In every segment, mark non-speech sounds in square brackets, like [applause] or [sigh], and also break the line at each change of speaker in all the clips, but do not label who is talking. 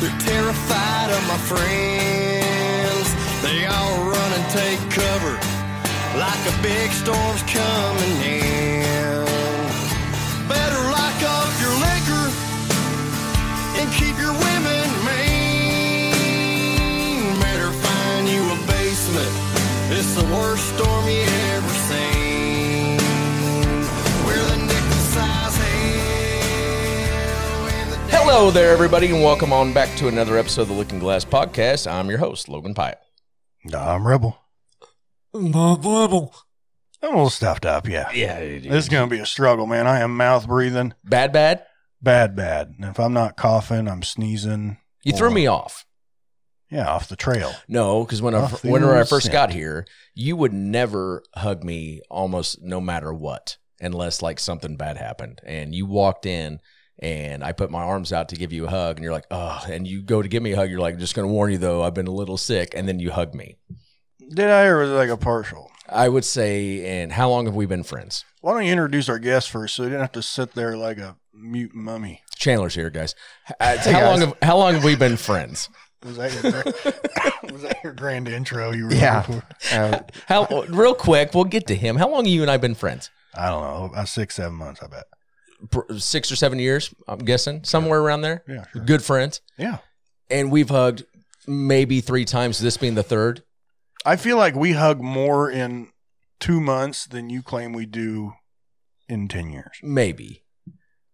They're terrified of my friends. They all run and take cover like a big storm's coming in. Better lock up your liquor and keep your women mean. Better find you a basement. It's the worst storm you ever seen. We're the nickel size hell and the
Hello there, everybody, and welcome on back to another episode of the Looking Glass Podcast. I'm your host, Logan Pyatt.
I'm Rebel.
Not level.
I'm a little stuffed up, yeah.
Yeah,
This is going to be a struggle, man. I am mouth breathing
bad, bad.
bad, bad. And if I'm not coughing, I'm sneezing.
You threw me off.
Yeah, off the trail.
No, because when I,
Off the
whenever I first
scent.
got here, you would never hug me almost no matter what, unless like something bad happened. And you walked in, and I put my arms out to give you a hug, and you're like, oh, and you go to give me a hug. You're like, just going to warn you though, I've been a little sick, and then you hug me.
Did I, or was it like a partial?
I would say, and how long have we been friends?
Why don't you introduce our guest first so they didn't have to sit there like a mute mummy?
Chandler's here, guys. Uh,
Hey,
how long
guys.
have how long have we been friends?
Was that your, [laughs] was that your grand intro you were
Yeah.
looking for?
How real quick, we'll get to him. How long you and I been friends?
I don't know. About six, seven months, I bet.
Pr- Six or seven years, I'm guessing, somewhere around there.
Yeah, sure.
Good friends,
Yeah.
and we've hugged maybe three times. This being the third.
I feel like we hug more in two months than you claim we do in 10 years.
Maybe,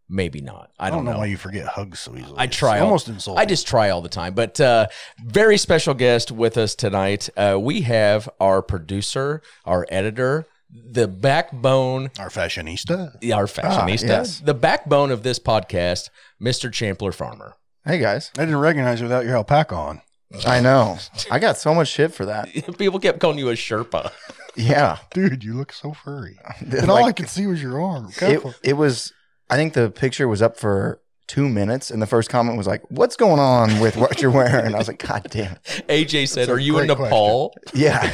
maybe not. I don't, know.
why you forget hugs so easily.
I try
It's
all-
almost insulting.
I just try all the time. But uh, very special guest with us tonight. Uh, we have our producer, our editor, the backbone
our fashionista.
our fashionista,
Ah,
yes.
the backbone of this podcast, Mr. Champler Farmer. [laughs]
Hey guys,
I didn't recognize you without your alpaca on.
I know I got so much shit for
[laughs]
that.
People kept calling you a Sherpa.
Yeah,
Dude, you look so
[laughs]
furry. And all I
Like,
could see was your arm.
[laughs] it,
Careful.
it was. I think the picture was up for two minutes, and the first comment was like, "What's going on with what you're wearing?" I was like, "God damn!" It.
AJ said,
a
"Are you in
great [laughs]
Nepal?"
Yeah,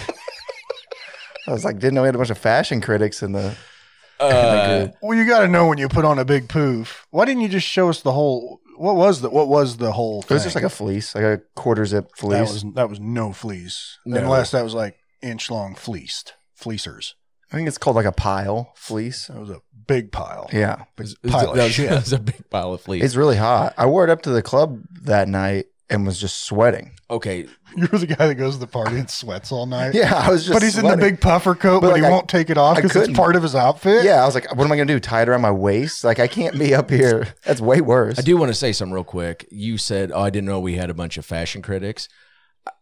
I was like, didn't know we had a bunch of fashion critics in the.
Uh,
well, you got to know when you put on a big poof. Why didn't you just show us the whole? What was the? What was the whole?
It
Thing?
was just like a fleece, like a quarter zip fleece.
That was that was no fleece,
No.
unless that was like inch long fleeced fleecers.
I think it's called like a pile fleece.
That was a big pile.
Yeah,
Big
it was-
pile of
that was-
shit.
that was a big pile of fleas.
it's really hot. I wore it up to the club that night and was just sweating. [laughs]
okay,
[laughs] You're the guy that goes to the party and sweats all night.
[laughs] Yeah, I was just.
but he's in the
sweating.
big puffer coat, but,
But,
he
like, I-
won't take it off
I
because it's
couldn't.
part of his outfit.
Yeah, I was like, what am I gonna do? Tie it around my waist? Like, I can't be up here. That's way worse.
I do want to say something real quick. You said, "Oh, I didn't know we had a bunch of fashion critics."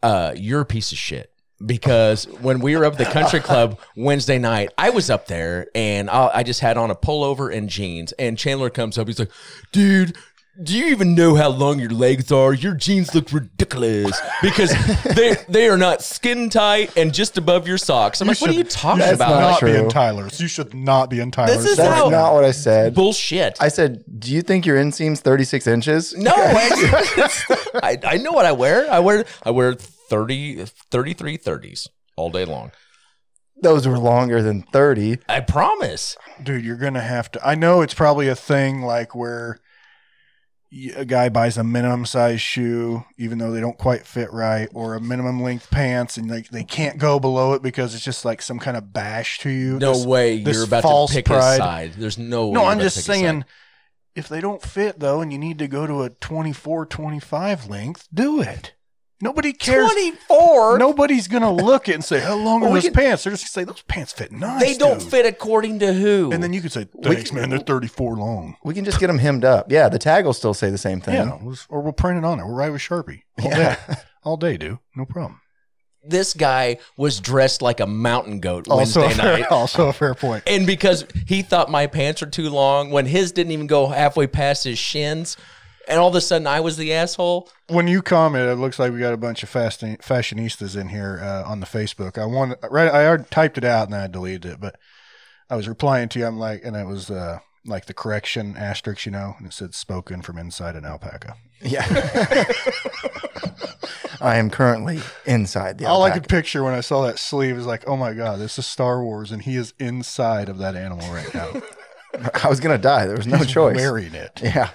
Uh, you're a piece of shit because when we were up at the country club Wednesday night, I was up there and I, I just had on a pullover and jeans. And Chandler comes up, he's like, "Dude." Do you even know how long your legs are? Your jeans look ridiculous because they they are not skin tight and just above your socks. I'm
You
like, what are
should-
you talking
should
about?
not
Not be
true.
in Tyler's. You should not be in Tyler's.
is
That's
how- No.
not what I said.
Bullshit.
I said, do you think your inseam's 36 inches?
No,
[laughs]
I, I, I know what I wear. I wear I wear 30, 33 30s all day long.
Those were longer than 30.
I promise.
dude you're gonna have to i know it's probably a thing like where y- a guy buys a minimum size shoe even though they don't quite fit right or a minimum length pants and like they can't go below it because it's just like some kind of bash to you
No
This-
way
this
you're about
false
to pick
pride.
a side. There's no way
no
you're
i'm
about to
just
pick a side.
saying if they don't fit though and you need to go to a 24 25 length do it nobody cares
24
nobody's gonna look at it and say how long
Well,
are
we
those
can-
pants they're just gonna say those pants fit nice
they don't
dude."
fit according to who.
and then you could say thanks man they're 34 long
We can just get them hemmed up. Yeah, the tag will still say the same thing.
Yeah, we'll just- or we'll print it on it. We'll write with [laughs] Sharpie all
Yeah.
day, all day, dude. No problem.
this guy was dressed like a mountain goat
Oh,
Wednesday
[laughs]
night.
also a fair point.
And because he thought my pants are too long when his didn't even go halfway past his shins. and all of a sudden I was the asshole.
[laughs] when you comment, it looks like we got a bunch of fashion, fashionistas in here uh, on the Facebook. I want right. I already typed it out and then I deleted it, but I was replying to you. I'm like, and it was uh, like the correction asterisk, you know, and it said spoken from inside an alpaca.
Yeah. [laughs] I am currently inside the
All I
alpaca.
could picture when I saw that sleeve is like, oh my god, this is Star Wars, and he is inside of that animal right [laughs] now.
I was gonna die. There
[laughs]
was no
He's
choice.
wearing it.
Yeah.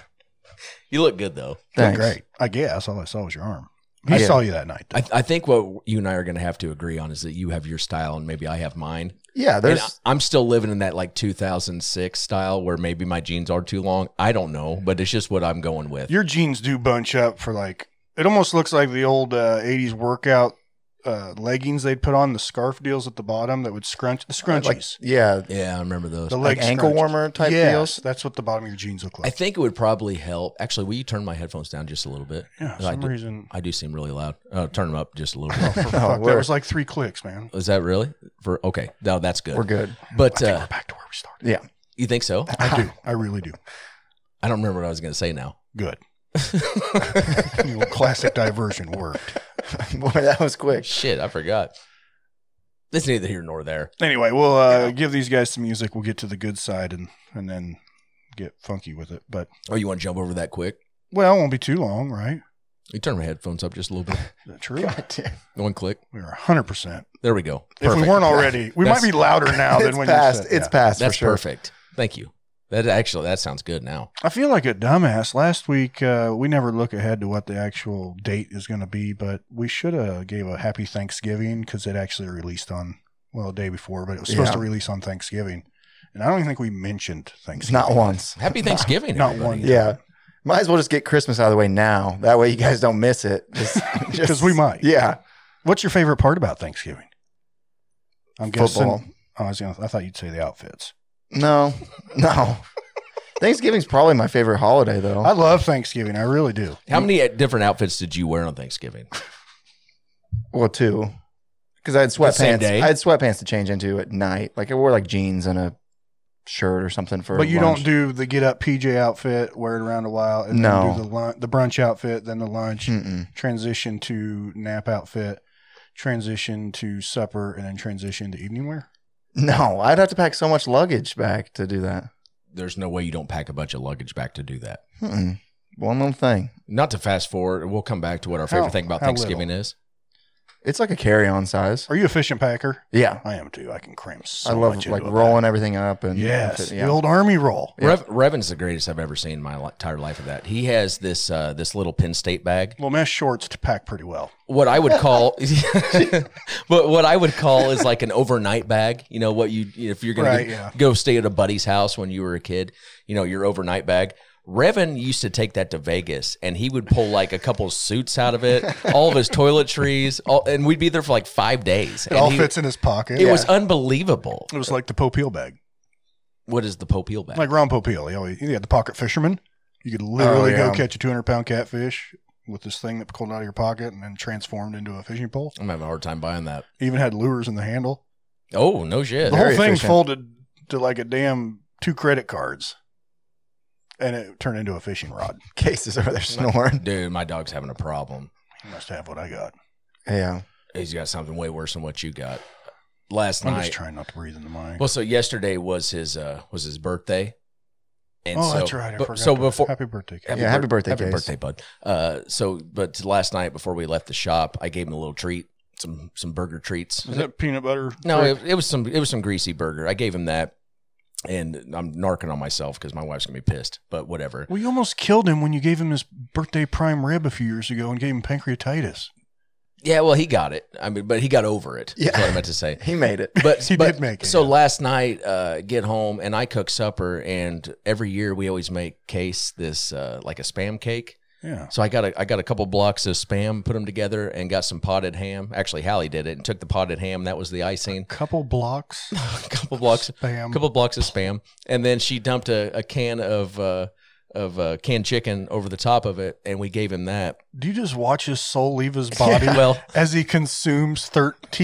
You look good though.
Thanks.
Great. I guess all I saw was your arm. I
Yeah.
saw you that night.
I, I think what you and I are going to have to agree on is that you have your style and maybe I have mine.
Yeah.
And
There's
I- I'm still living in that like 2006 style where maybe my jeans are too long. I don't know, but it's just what I'm going with.
your jeans do bunch up for like it almost looks like the old uh, 80s workout uh, leggings they'd put on the scarf deals at the bottom that would scrunch the scrunchies
like yeah,
yeah, I remember those.
the
like
leg
ankle
scrunchies.
warmer type
Yes,
deals.
that's what the bottom of your jeans look
I
like
think it would probably help. Actually, will you turn my headphones down just a little bit?
yeah, for
I
some
do-
Oh,
reason
I do seem really loud. Uh, turn them up just a little bit.
fuck, that
we're-
was like three clicks man
[laughs] Is that really for okay? No, that's good.
We're good. [laughs]
But
I think
uh,
we're back to where we started
Yeah.
you think so?
i
[laughs]
do i really do
I don't remember what I was going to say now. [laughs]
good [laughs] The old classic diversion worked
Boy, that was quick.
Shit, I forgot. It's neither here nor there.
anyway we'll uh, give these guys some music we'll get to the good side and and then get funky with it but
Oh, you want to jump over that quick?
well it won't be too long right
You turn my headphones up just a little bit.
[laughs] Is that true
God damn.
One click.
we were 100%
There we go.
If we weren't
[laughs]
already, we might
That's-
be louder now than
It's
when
past.
you said
It's
yeah.
past
That's
for sure.
perfect. Thank you. That actually that sounds good now.
I feel like a dumbass. Last week, uh, we never look ahead to what the actual date is going to be, but we should have gave a happy Thanksgiving because it actually released on well a day before, but it was supposed
Yeah.
to release on Thanksgiving, and I don't even think we mentioned
It's
Thanksgiving.
not once.
Happy Thanksgiving.
Not
everybody.
one.
Yeah. Might as well just get Christmas out of the way now. That way you guys don't miss it.
[laughs] because we might.
Yeah.
What's your favorite part about Thanksgiving? I'm
Football.
guessing. Oh, I was gonna. I thought you'd say the outfits.
No. No. Thanksgiving's probably my favorite holiday though.
I love Thanksgiving. I really do.
How many uh, different outfits did you wear on Thanksgiving?
Well, two, because I had
same
sweatpants.
day?
I had sweatpants to change into at night. Like I wore like jeans and a shirt or something for.
But you don't
lunch.
do the get up PJ outfit, wear it around a while, and
No. Hmm.
then do the lunch, the brunch outfit, then the lunch,
Mm-mm.
transition to nap outfit, transition to supper, and then transition to evening wear.
No, I'd have to pack so much luggage back to do that.
There's no way you don't pack a bunch of luggage back to do that.
Mm-mm. One little thing.
Not to fast forward, we'll come back to what our favorite
How-
thing about
how
Thanksgiving is.
It's like a carry-on size.
Are you a fishing packer?
Yeah,
I am too. I can cram so
I love
much
like
into a
rolling everything up and
bag. Yes,
Yeah.
the old army roll.
Rev, Revin's the greatest I've ever seen in my li- entire life. Of that, he has this uh, this little Penn State bag.
Well, mesh shorts to pack pretty well.
What I would call,
[laughs]
[laughs] but what I would call is like an overnight bag. You know what you if you're gonna
Right,
go,
yeah.
go stay at a buddy's house when you were a kid. You know your overnight bag. Revin used to take that to Vegas, and he would pull like a couple suits out of
[laughs]
it, all of his toiletries, all, and we'd be there for like five days.
It all
he-
fits in his pocket.
It was unbelievable.
It was like the Popeil bag,
What is the Popeil bag?
like Ron Popeil. He, always, he had the pocket fisherman. You
Oh,
could literally
yeah.
go catch a 200 pound catfish with this thing that pulled out of your pocket and then transformed into a fishing pole.
I'm having a hard time buying that.
Even had lures in the handle.
Oh no shit!
the whole
Very
thing
efficient.
folded to like a damn two credit cards and it turned into a fishing rod
cases
[laughs]
over there snoring.
Dude, my dog's having a problem.
you must have what i got
Yeah,
He's got something way worse than what you got last
i'm just
night.
trying not to breathe in the mic
Well, so yesterday was his uh was his birthday, and
oh
so
that's right i
but-
forgot
so
to-
before
happy birthday Kate.
Yeah, happy
birth-
birthday,
happy
Case.
birthday, bud. Uh, so but last night before we left the shop, I gave him a little treat, some some burger treats.
is that peanut butter
No,
Rick?
it, it was some it was some greasy burger. I gave him that, and I'm narking on myself because my wife's gonna be pissed. But whatever.
well you almost killed him when you gave him his birthday prime rib a few years ago and gave him pancreatitis
Yeah, well, he got it. I mean, but he got over it. Yeah,
Yeah.
what I meant to say.
he made it.
[laughs]
[laughs]
but
He
but-
did make it,
So
yeah.
last night, uh, get home and I cook supper, and every year we always make case this uh, like a spam cake.
yeah
So I got a I got a couple blocks of spam, put them together, and got some potted ham. Actually, Hallie did it and took the potted ham. That was the icing. [laughs]
couple blocks
a couple blocks,
spam
couple blocks of spam, and then she dumped a, a can of uh, of uh, canned chicken over the top of it, and we gave him that.
do you just watch his soul leave
[laughs]
his body
Well,
as he consumes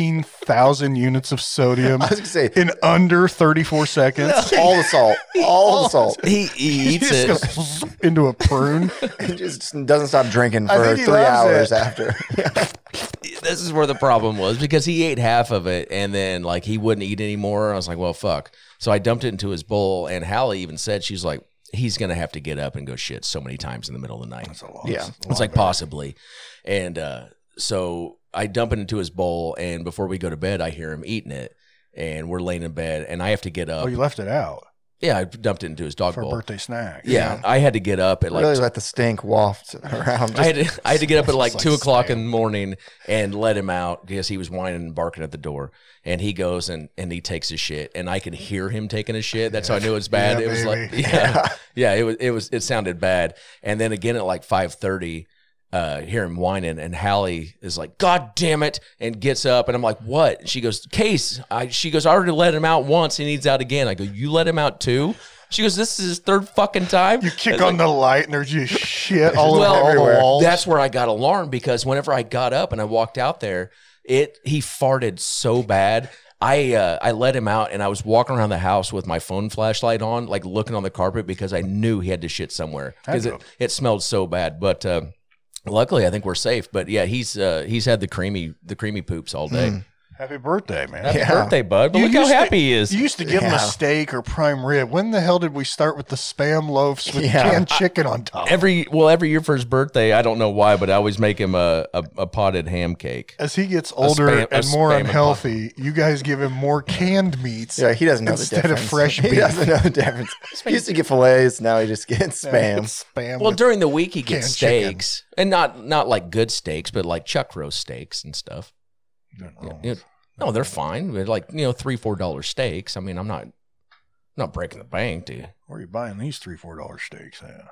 13000 units of sodium
I was gonna say
in under 34 seconds
[laughs]
[laughs]
all the salt, all the salt.
he eats
He [laughs]
it.
just goes, into a prune.
[laughs] It just doesn't stop drinking
I
for
think he
three
loves
hours
it.
after. Yeah.
this is where the problem was because he ate half of it and then like he wouldn't eat anymore. I was like, well, fuck. So I dumped it into his bowl, and Hallie even said she's like, he's gonna have to get up and go shit so many times in the middle of the night.
yeah.
It's like possibly, and uh, so I dump it into his bowl, and before we go to bed, I hear him eating it, and we're laying in bed, and I have to get up.
Oh, you left it out
yeah, I dumped it into his dog
for a
bowl.
birthday snack.
Yeah, I had to get up at like
really let the stink waft around.
I had to, I had to get up at like,
Just
two
like
o'clock
stay up.
in the morning and let him out because he was whining and barking at the door. And he goes and and he takes his shit, and I can hear him taking his shit. That's how I knew it was bad.
Yeah,
it was like,
baby. [laughs]
yeah, yeah, it was it was it sounded bad. And then again at like five thirty, uh, hear him whining, and Hallie is like, "God damn it!" and gets up, and I'm like, "What?" And she goes, "Case." I she goes, "I already let him out once. He needs out again." I go, "You let him out too." She goes, "This is his third fucking time."
You kick on the light and there's just shit all
Well,
over the
everywhere.
[laughs]
walls.
That's where I got alarmed because whenever I got up and I walked out there, it he farted so bad. I uh, I let him out and I was walking around the house with my phone flashlight on, like looking on the carpet because I knew he had to shit somewhere because it, it smelled so bad. But uh, luckily, I think we're safe. But yeah, he's uh, he's had the creamy the creamy poops all day.
Happy birthday, man.
Happy
Yeah.
birthday, bud! But
Hmm. You
look how
used to-
happy he is.
You used to give him
Yeah.
a steak or prime rib. When the hell did we start with the spam loaves with
Yeah.
canned chicken on top?
every well, every year for his birthday, I don't know why, but I always make him a a, a potted ham cake.
As he gets older
spam- a
and more
spam and
unhealthy, you guys give him more canned meats.
Yeah, he doesn't know
Instead
the
of
difference.
fresh
[laughs] he
beef.
doesn't know
[laughs]
the difference. he used to get fillets, now he just gets spam.
spam.
Well,
with-
during the week he gets
canned chicken.
steaks, and not not like good steaks, but like chuck roast steaks and stuff.
Oh,
You know, no, they're fine. They're like you know three four dollar steaks. I mean, I'm not not breaking the bank, dude.
where are you buying these three, four dollar steaks? Yeah.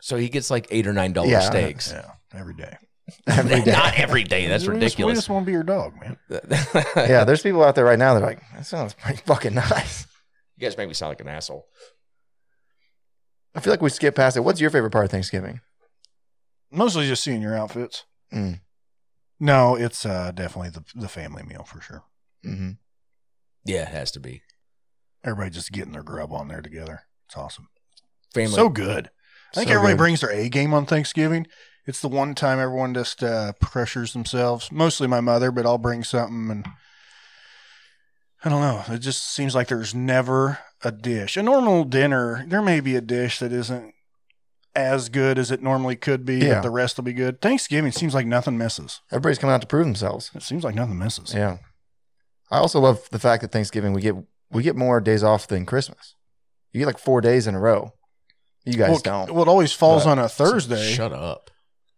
So he gets like eight or nine dollar
Yeah.
steaks.
[laughs] Yeah. Every day.
[laughs] [laughs]
[laughs]
Every day.
not every day. That's
We just- we
ridiculous.
just want to be your dog, man.
[laughs] you
yeah, there's people out there right now that are like, that sounds pretty fucking [laughs] nice.
guys make me sound like an asshole.
I feel like we skip past it. What's your favorite part of Thanksgiving?
Mostly just seeing your outfits.
Mm.
No, it's uh, definitely the the family meal for sure.
hmm
Yeah, it has to be
Everybody just getting their grub on there together. It's awesome.
family.
So good. I think
So
everybody
good.
brings their A game on Thanksgiving. It's the one time everyone just uh, pressures themselves. Mostly my mother, but I'll bring something and I don't know. It just seems like there's never a dish. A normal dinner, there may be a dish that isn't as good as it normally could be,
Yeah.
but the rest will be good. Thanksgiving seems like nothing misses.
Everybody's coming out to prove themselves.
It seems like nothing misses.
Yeah. I also love the fact that Thanksgiving we get we get more days off than Christmas. You get like four days in a row. You guys
well,
don't.
well, it always falls
But-
on a Thursday.
Shut up.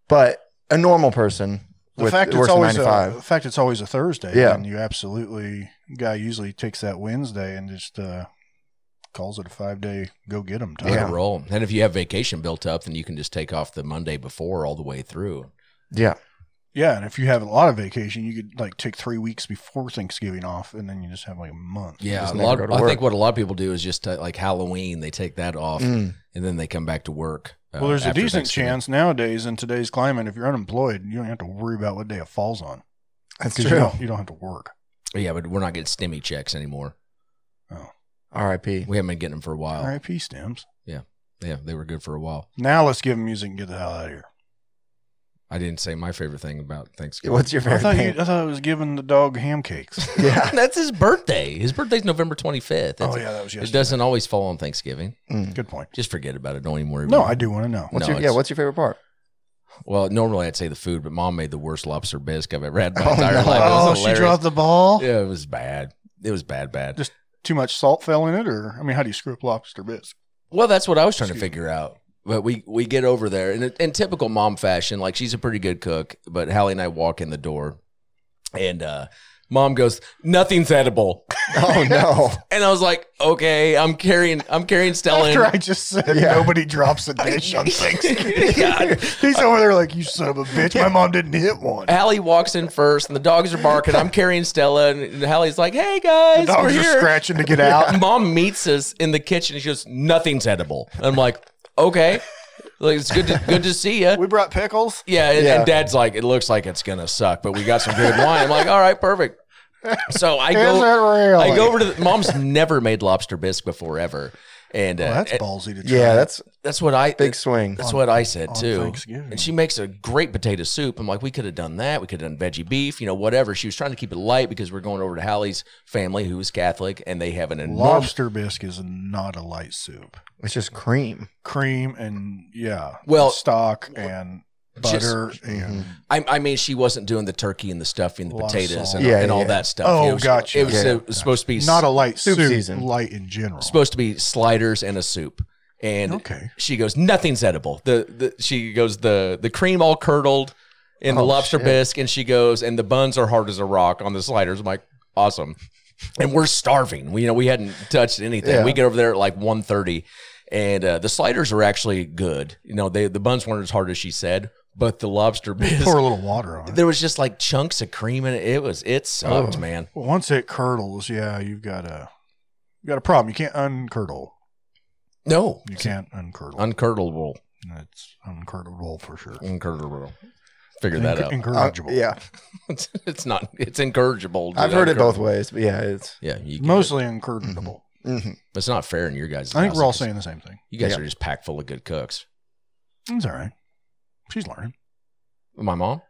but a normal person
the
with
fact it's
works a
always
nine to
a,
five.
the fact it's always a Thursday.
Yeah.
and you absolutely guy usually takes that Wednesday and just uh, calls it a five day go get him time.
Let it
Yeah.
roll. And if you have vacation built up, then you can just take off the Monday before all the way through.
yeah.
Yeah, and if you have a lot of vacation, you could like take three weeks before Thanksgiving off, and then you just have like a month.
Yeah,
Just
a
never
lot,
go to
I
work.
think what a lot of people do is just uh, like Halloween, they take that off
Mm.
and then they come back to work. uh,
Well, there's a
after
decent
Thanksgiving.
chance nowadays in today's climate, if you're unemployed, you don't have to worry about what day it falls on
That's
because you
true.
don't, you don't have to work.
Yeah, but we're not getting stimmy checks anymore.
R.I.P.
We haven't been getting them for a while.
R.I.P. Stems.
Yeah, they were good for a while.
Now let's give him music and get the hell out of here.
I didn't say my favorite thing about
[laughs]
Thanksgiving.
What's your
I
favorite
thought you, [laughs]
thing?
I thought I was giving the dog ham cakes.
yeah.
That's his birthday. His birthday's November 25th.
oh
It's-
yeah, that was
It
yesterday.
doesn't always fall on Thanksgiving.
Mm.
Good point.
Just forget about it. Don't even worry about
No,
it.
I do want to know.
What's
No,
your yeah?
it's-
What's your favorite part?
Well, normally I'd say the food, but mom made the worst lobster bisque I've ever had in my
Oh,
entire
no.
life. It was
Oh, she
hilarious.
dropped the ball.
Yeah, it was bad. It was bad, bad.
Just- Too much salt fell in it, or I mean, how do you screw up lobster bisque?
Well, that's what I was trying to
Excuse
figure out. But we we get over there, and in typical mom fashion, like she's a pretty good cook. But Hallie and I walk in the door, and uh, mom goes, "Nothing's edible," [laughs]
Oh no!
and I was like, "Okay, I'm carrying I'm carrying Stella." in."
[laughs] After I just said
Yeah.
nobody drops a
[laughs]
dish on Thanksgiving,
Yeah.
he's over there like you son of a bitch. My mom didn't hit one.
Hallie walks in first, and the dogs are barking. I'm carrying Stella, and, and Hallie's like, "Hey guys,
The
we're
dogs are
here."
scratching to
[laughs]
get out.
Mom meets us in the kitchen, and she goes, "Nothing's edible." And I'm like, "Okay, like it's good to, good to see you."
We brought pickles.
Yeah, and,
Yeah.
and dad's like, it looks like it's gonna suck, but we got some good wine. I'm like, all right, perfect. So I
Is it
go,
real?
I go over to the, mom's never made lobster bisque before ever, And uh,
Well, that's
and
ballsy to try.
Yeah, that's
that's what I
big swing.
that's what I said
on
too.
Thanksgiving.
And she makes a great potato soup. I'm like, we could have done that. We could have done veggie beef, you know, whatever. She was trying to keep it light because we're going over to Hallie's family, who is Catholic, and they have an enormous.
lobster bisque is not a light soup.
It's just cream.
Cream and yeah,
Well-
stock and
Just-
butter and
I, I mean, she wasn't doing the turkey and the stuffing, the
A lot of
potatoes,
salt.
and,
Yeah,
and all
yeah.
that stuff.
Oh,
it was,
gotcha.
It was,
Yeah.
it was supposed to be
not a light
Soup
soup.
season.
Light in general.
Mm-hmm. supposed to be sliders and a soup. And
Okay.
she goes, nothing's edible. The, the she goes the the cream all curdled in the
Oh,
lobster
shit.
bisque, and she goes, and the buns are hard as a rock on the sliders. I'm like, awesome. And we're starving. We you know we hadn't touched anything.
Yeah.
We get over there at like 1.30, and uh, the sliders are actually good. You know they the buns weren't as hard as she said, but the lobster bisque.
pour a little water on it.
there was just like chunks of cream in it. It was it sucked, man.
Well, once it curdles, yeah, you've got a you got a problem. You can't uncurdle.
No,
You can't uncurdle.
uncurdleable,
it's uncurdleable for sure.
uncurdleable. Figure that
Inc-
out.
Incorrigible.
Uh, yeah,
it's, [laughs] it's not. It's incorrigible.
I've heard it both
ways.
ways, but yeah, it's
Yeah, you get it. Mm-hmm.
Mostly incorrigible.
mhm.
It's not fair in your guys'
I think
house
we're all
because
saying the same thing.
you guys
yeah.
are just packed full of good cooks.
It's all right. She's learning.
My mom.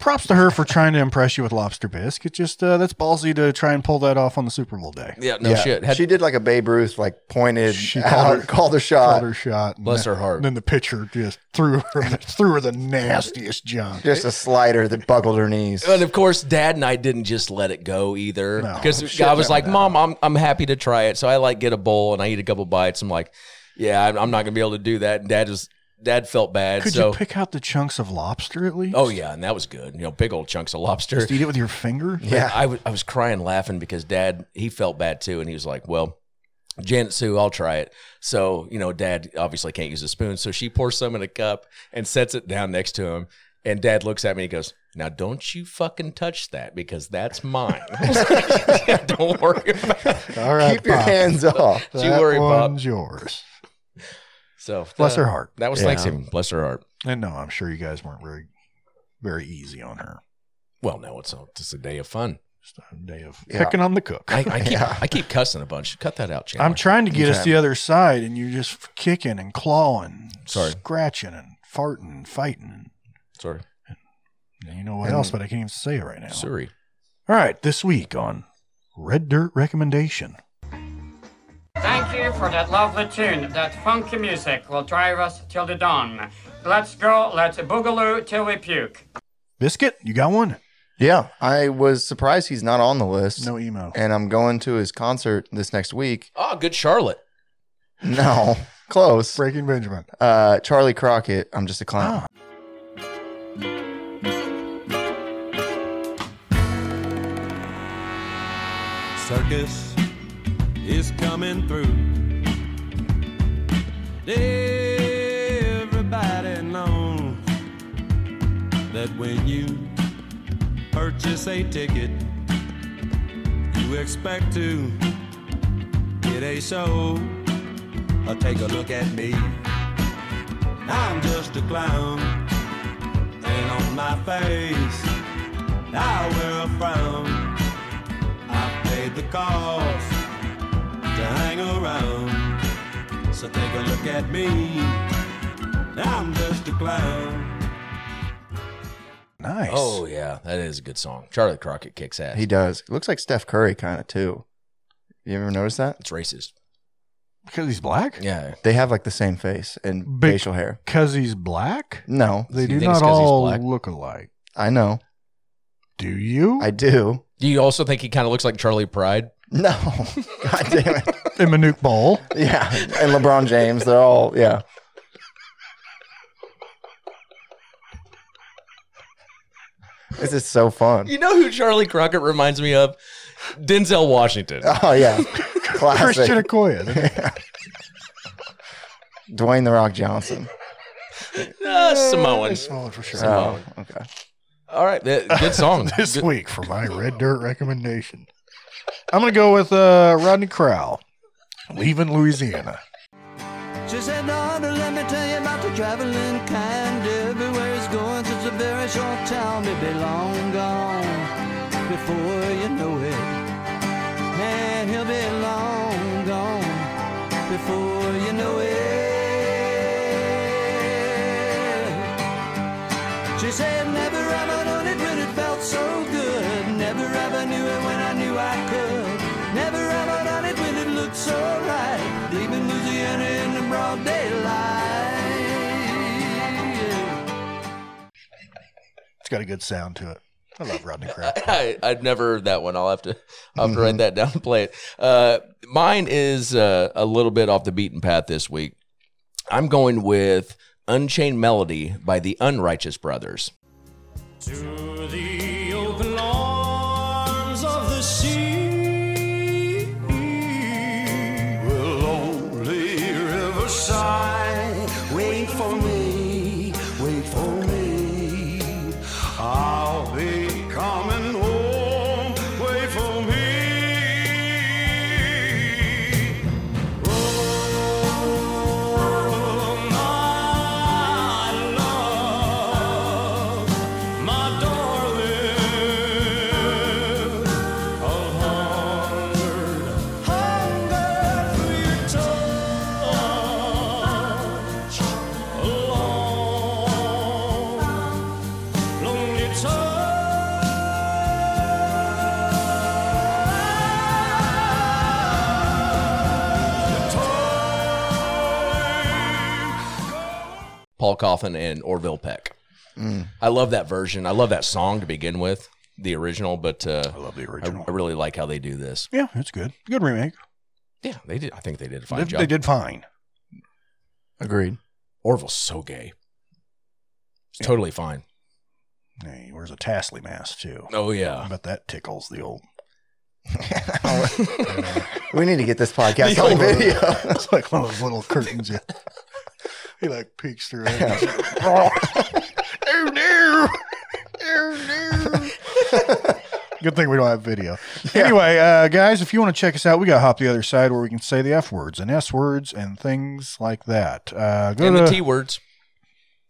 Props to her for trying to impress you with lobster bisque. It's just uh, that's ballsy to try and pull that off on the Super Bowl day.
Yeah, no
Yeah.
shit. Had,
she did like a Babe Ruth, like pointed.
She
She
called
called
her-
her, called her shot.
Caught her shot. and
bless
then-
her heart.
Then the pitcher just threw her [laughs] threw her the nastiest junk.
Just a slider that buckled her knees.
and of course, Dad and I didn't just let it go either
No.
because I was like, "Mom, I'm I'm happy to try it." So I like get a bowl and I eat a couple bites. I'm like, "Yeah, I'm, I'm not gonna be able to do that." And Dad was Dad felt bad.
Could
so
you pick out the chunks of lobster at least?
oh yeah, and that was good. You know, big old chunks of lobster.
Just eat it with your finger.
Yeah.
I was I was crying laughing because dad he felt bad too and he was like, "Well, Janet Sue, I'll try it." So, you know, dad obviously can't use a spoon, so she pours some in a cup and sets it down next to him. And dad looks at me and he goes, "Now don't you fucking touch that because that's mine." [laughs] I was like, "Yeah, don't worry about it.
All
[laughs]
right,
Keep your
Pop.
hands off.
Don't you worry, Bob.
one's yours.
So,
Bless
uh,
her heart.
That was
Yeah.
Thanksgiving. Bless her heart.
And no, I'm sure you guys weren't very, very easy on her.
Well, no, it's a, it's a day of fun.
Just a day of
Yeah.
picking on the cook. [laughs]
I, I keep
Yeah.
I keep cussing a bunch. Cut that out, Chandler.
I'm trying to get us
Okay.
the other side, and you're just kicking and clawing,
Sorry.
scratching and farting and fighting.
Sorry,
And you know what
And-
else? But I can't even say it right now.
Surrey.
All right, this week on Red Dirt Recommendation.
Thank you for that lovely tune. That funky music will drive us till the dawn. Let's go, let's boogaloo till we puke.
Biscuit, you got one?
Yeah, I was surprised he's not on the list.
No emo.
and I'm going to his concert this next
[laughs]
week.
Oh, good Charlotte.
No, close.
Breaking Benjamin.
Uh, Charlie Crockett. I'm just a clown.
Ah.
circus is coming through. Everybody knows that when you purchase a ticket, you expect to get a show. Or take a look at me. I'm just a clown, and on my face, I wear a frown. I paid the cost to hang around. So take a look at me. I'm just a clown.
Nice.
Oh yeah, that is a good song. Charlie Crockett kicks ass.
He does. Looks like Steph Curry kind of too. You ever notice that?
It's racist.
Because he's black?
Yeah.
They have like the same face and
Big-
facial hair.
Because he's black?
No,
They
You
do
think it's
not
'cause he's
all
black?
look alike.
I know.
Do you?
I do.
Do you also think he kind of looks like Charlie Pride?
No. [laughs] God damn it.
In Manute Bowl.
Yeah. And LeBron James. They're all, yeah. This is so fun.
You know who Charlie Crockett reminds me of? Denzel Washington.
[laughs]
Oh, yeah.
Christian
[laughs]
Classic.
Okoye.
Dwayne The Rock Johnson.
Ah, Samoan.
Solid for sure.
Oh, okay.
All right, th- good song.
[laughs] this
Good-
week for my red dirt recommendation. I'm gonna go with uh, Rodney Crowell, leaving Louisiana.
She said, daughter, let me tell you about the traveling kind. Everywhere it's going, it's a very short time. It'll be long gone before you know it. Man, he'll be long gone before you know it. She said, Never have I known it when it felt so good. Never have I knew it when I knew I could. Never have I done it when it looked so right. Deep in Louisiana in the broad daylight.
It's got a good sound to it. I love Rodney Crowell.
I, I've never heard that one. I'll have to I'll have to write that down and play it. Uh, mine is uh, a little bit off the beaten path this week. I'm going with Unchained Melody by the Unrighteous Brothers.
To the open arms of the sea A lonely riverside Wait for me, wait for me I'll be coming home Wait for me Oh, my love my darling, I'll hunger, hunger for your touch, a long, lonely touch.
Paul Coffin and Orville Peck.
Mm.
I love that version. I love that song to begin with, the original. But uh, I
love the original.
I, really like how they do this.
Yeah, it's good. Good remake.
Yeah, they did. I think they did a fine
They,
job.
they did fine.
Agreed.
Orville's so gay. It's totally fine.
Hey, he wears a Tasley mask too.
Oh
I
yeah.
bet that tickles the old.
We need to get
[laughs]
this podcast on video.
it's like one of those little curtains. Yeah. he like peeks through it. oh no! Oh no! Good thing we don't have video. Anyway, uh, guys, if you want to check us out, we got Hop the Other Side where we can say the F words and S words and things like that. Uh, go
And the
to
T words.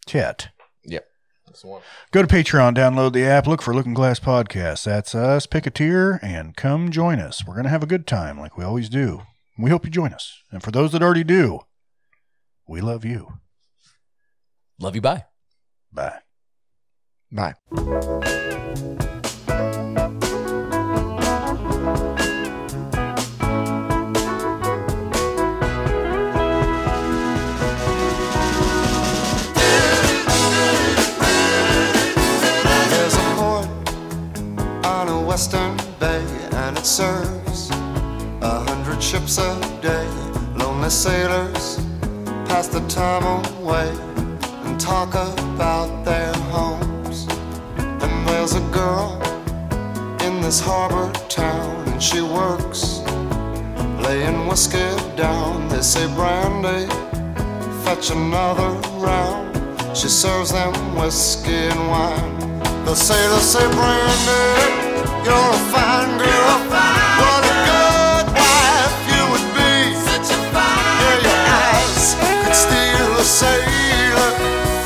Chat.
Yep. That's the one.
Go to Patreon, download the app, look for Looking Glass Podcast. That's us. Pick a tier and come join us. We're going to have a good time like we always do. We hope you join us. And for those that already do, we love you.
Love you. Bye.
Bye.
Bye.
There's a port on a western bay, and it serves a hundred ships a day. Lonely sailors pass the time away and talk about their homes. And there's a girl in this harbor town, and she works laying whiskey down. They say brandy, fetch another round. She serves them whiskey and wine. The sailors say, Brandy, you're a fine girl. What a good wife you would be. Such a fine Yeah, your eyes could steal a sailor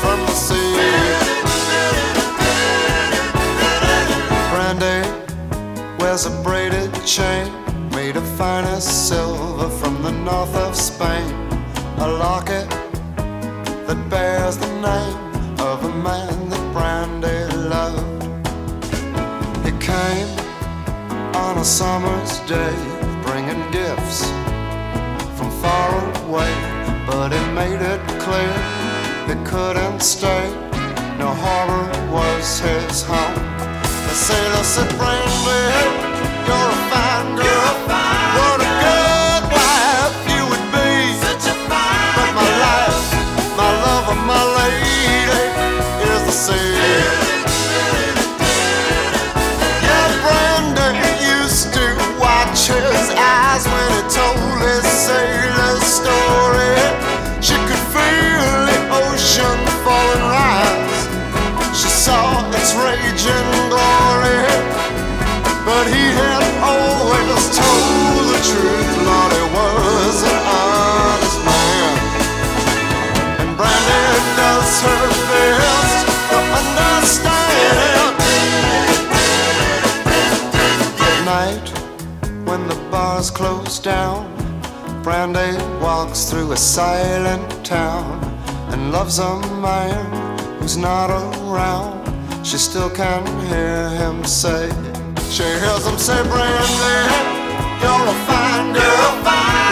from the sea. Brandy wears a braided chain made of finest silver from the north of Spain. A locket that bears the name of a man that Brandy loved. He came on a summer's day, bringing gifts from far away, but he made it clear he couldn't stay. No harbor was his home. The sailor said, Brandy, you're a fine girl. What a good wife you would be. Such a fine But my life, my love, and my lady is the sea. Yeah, Brandon used to watch his eyes when he told his sailor story. She could feel the ocean falling rise. She saw its raging glory. But he had always told the truth. Lord, he was an honest man. And Brandon does her best to understand. At night, when the bars close down
Brandy walks through a silent town and loves a man who's not around. She still can hear him say, she hears him say, Brandy, you're a fine girl.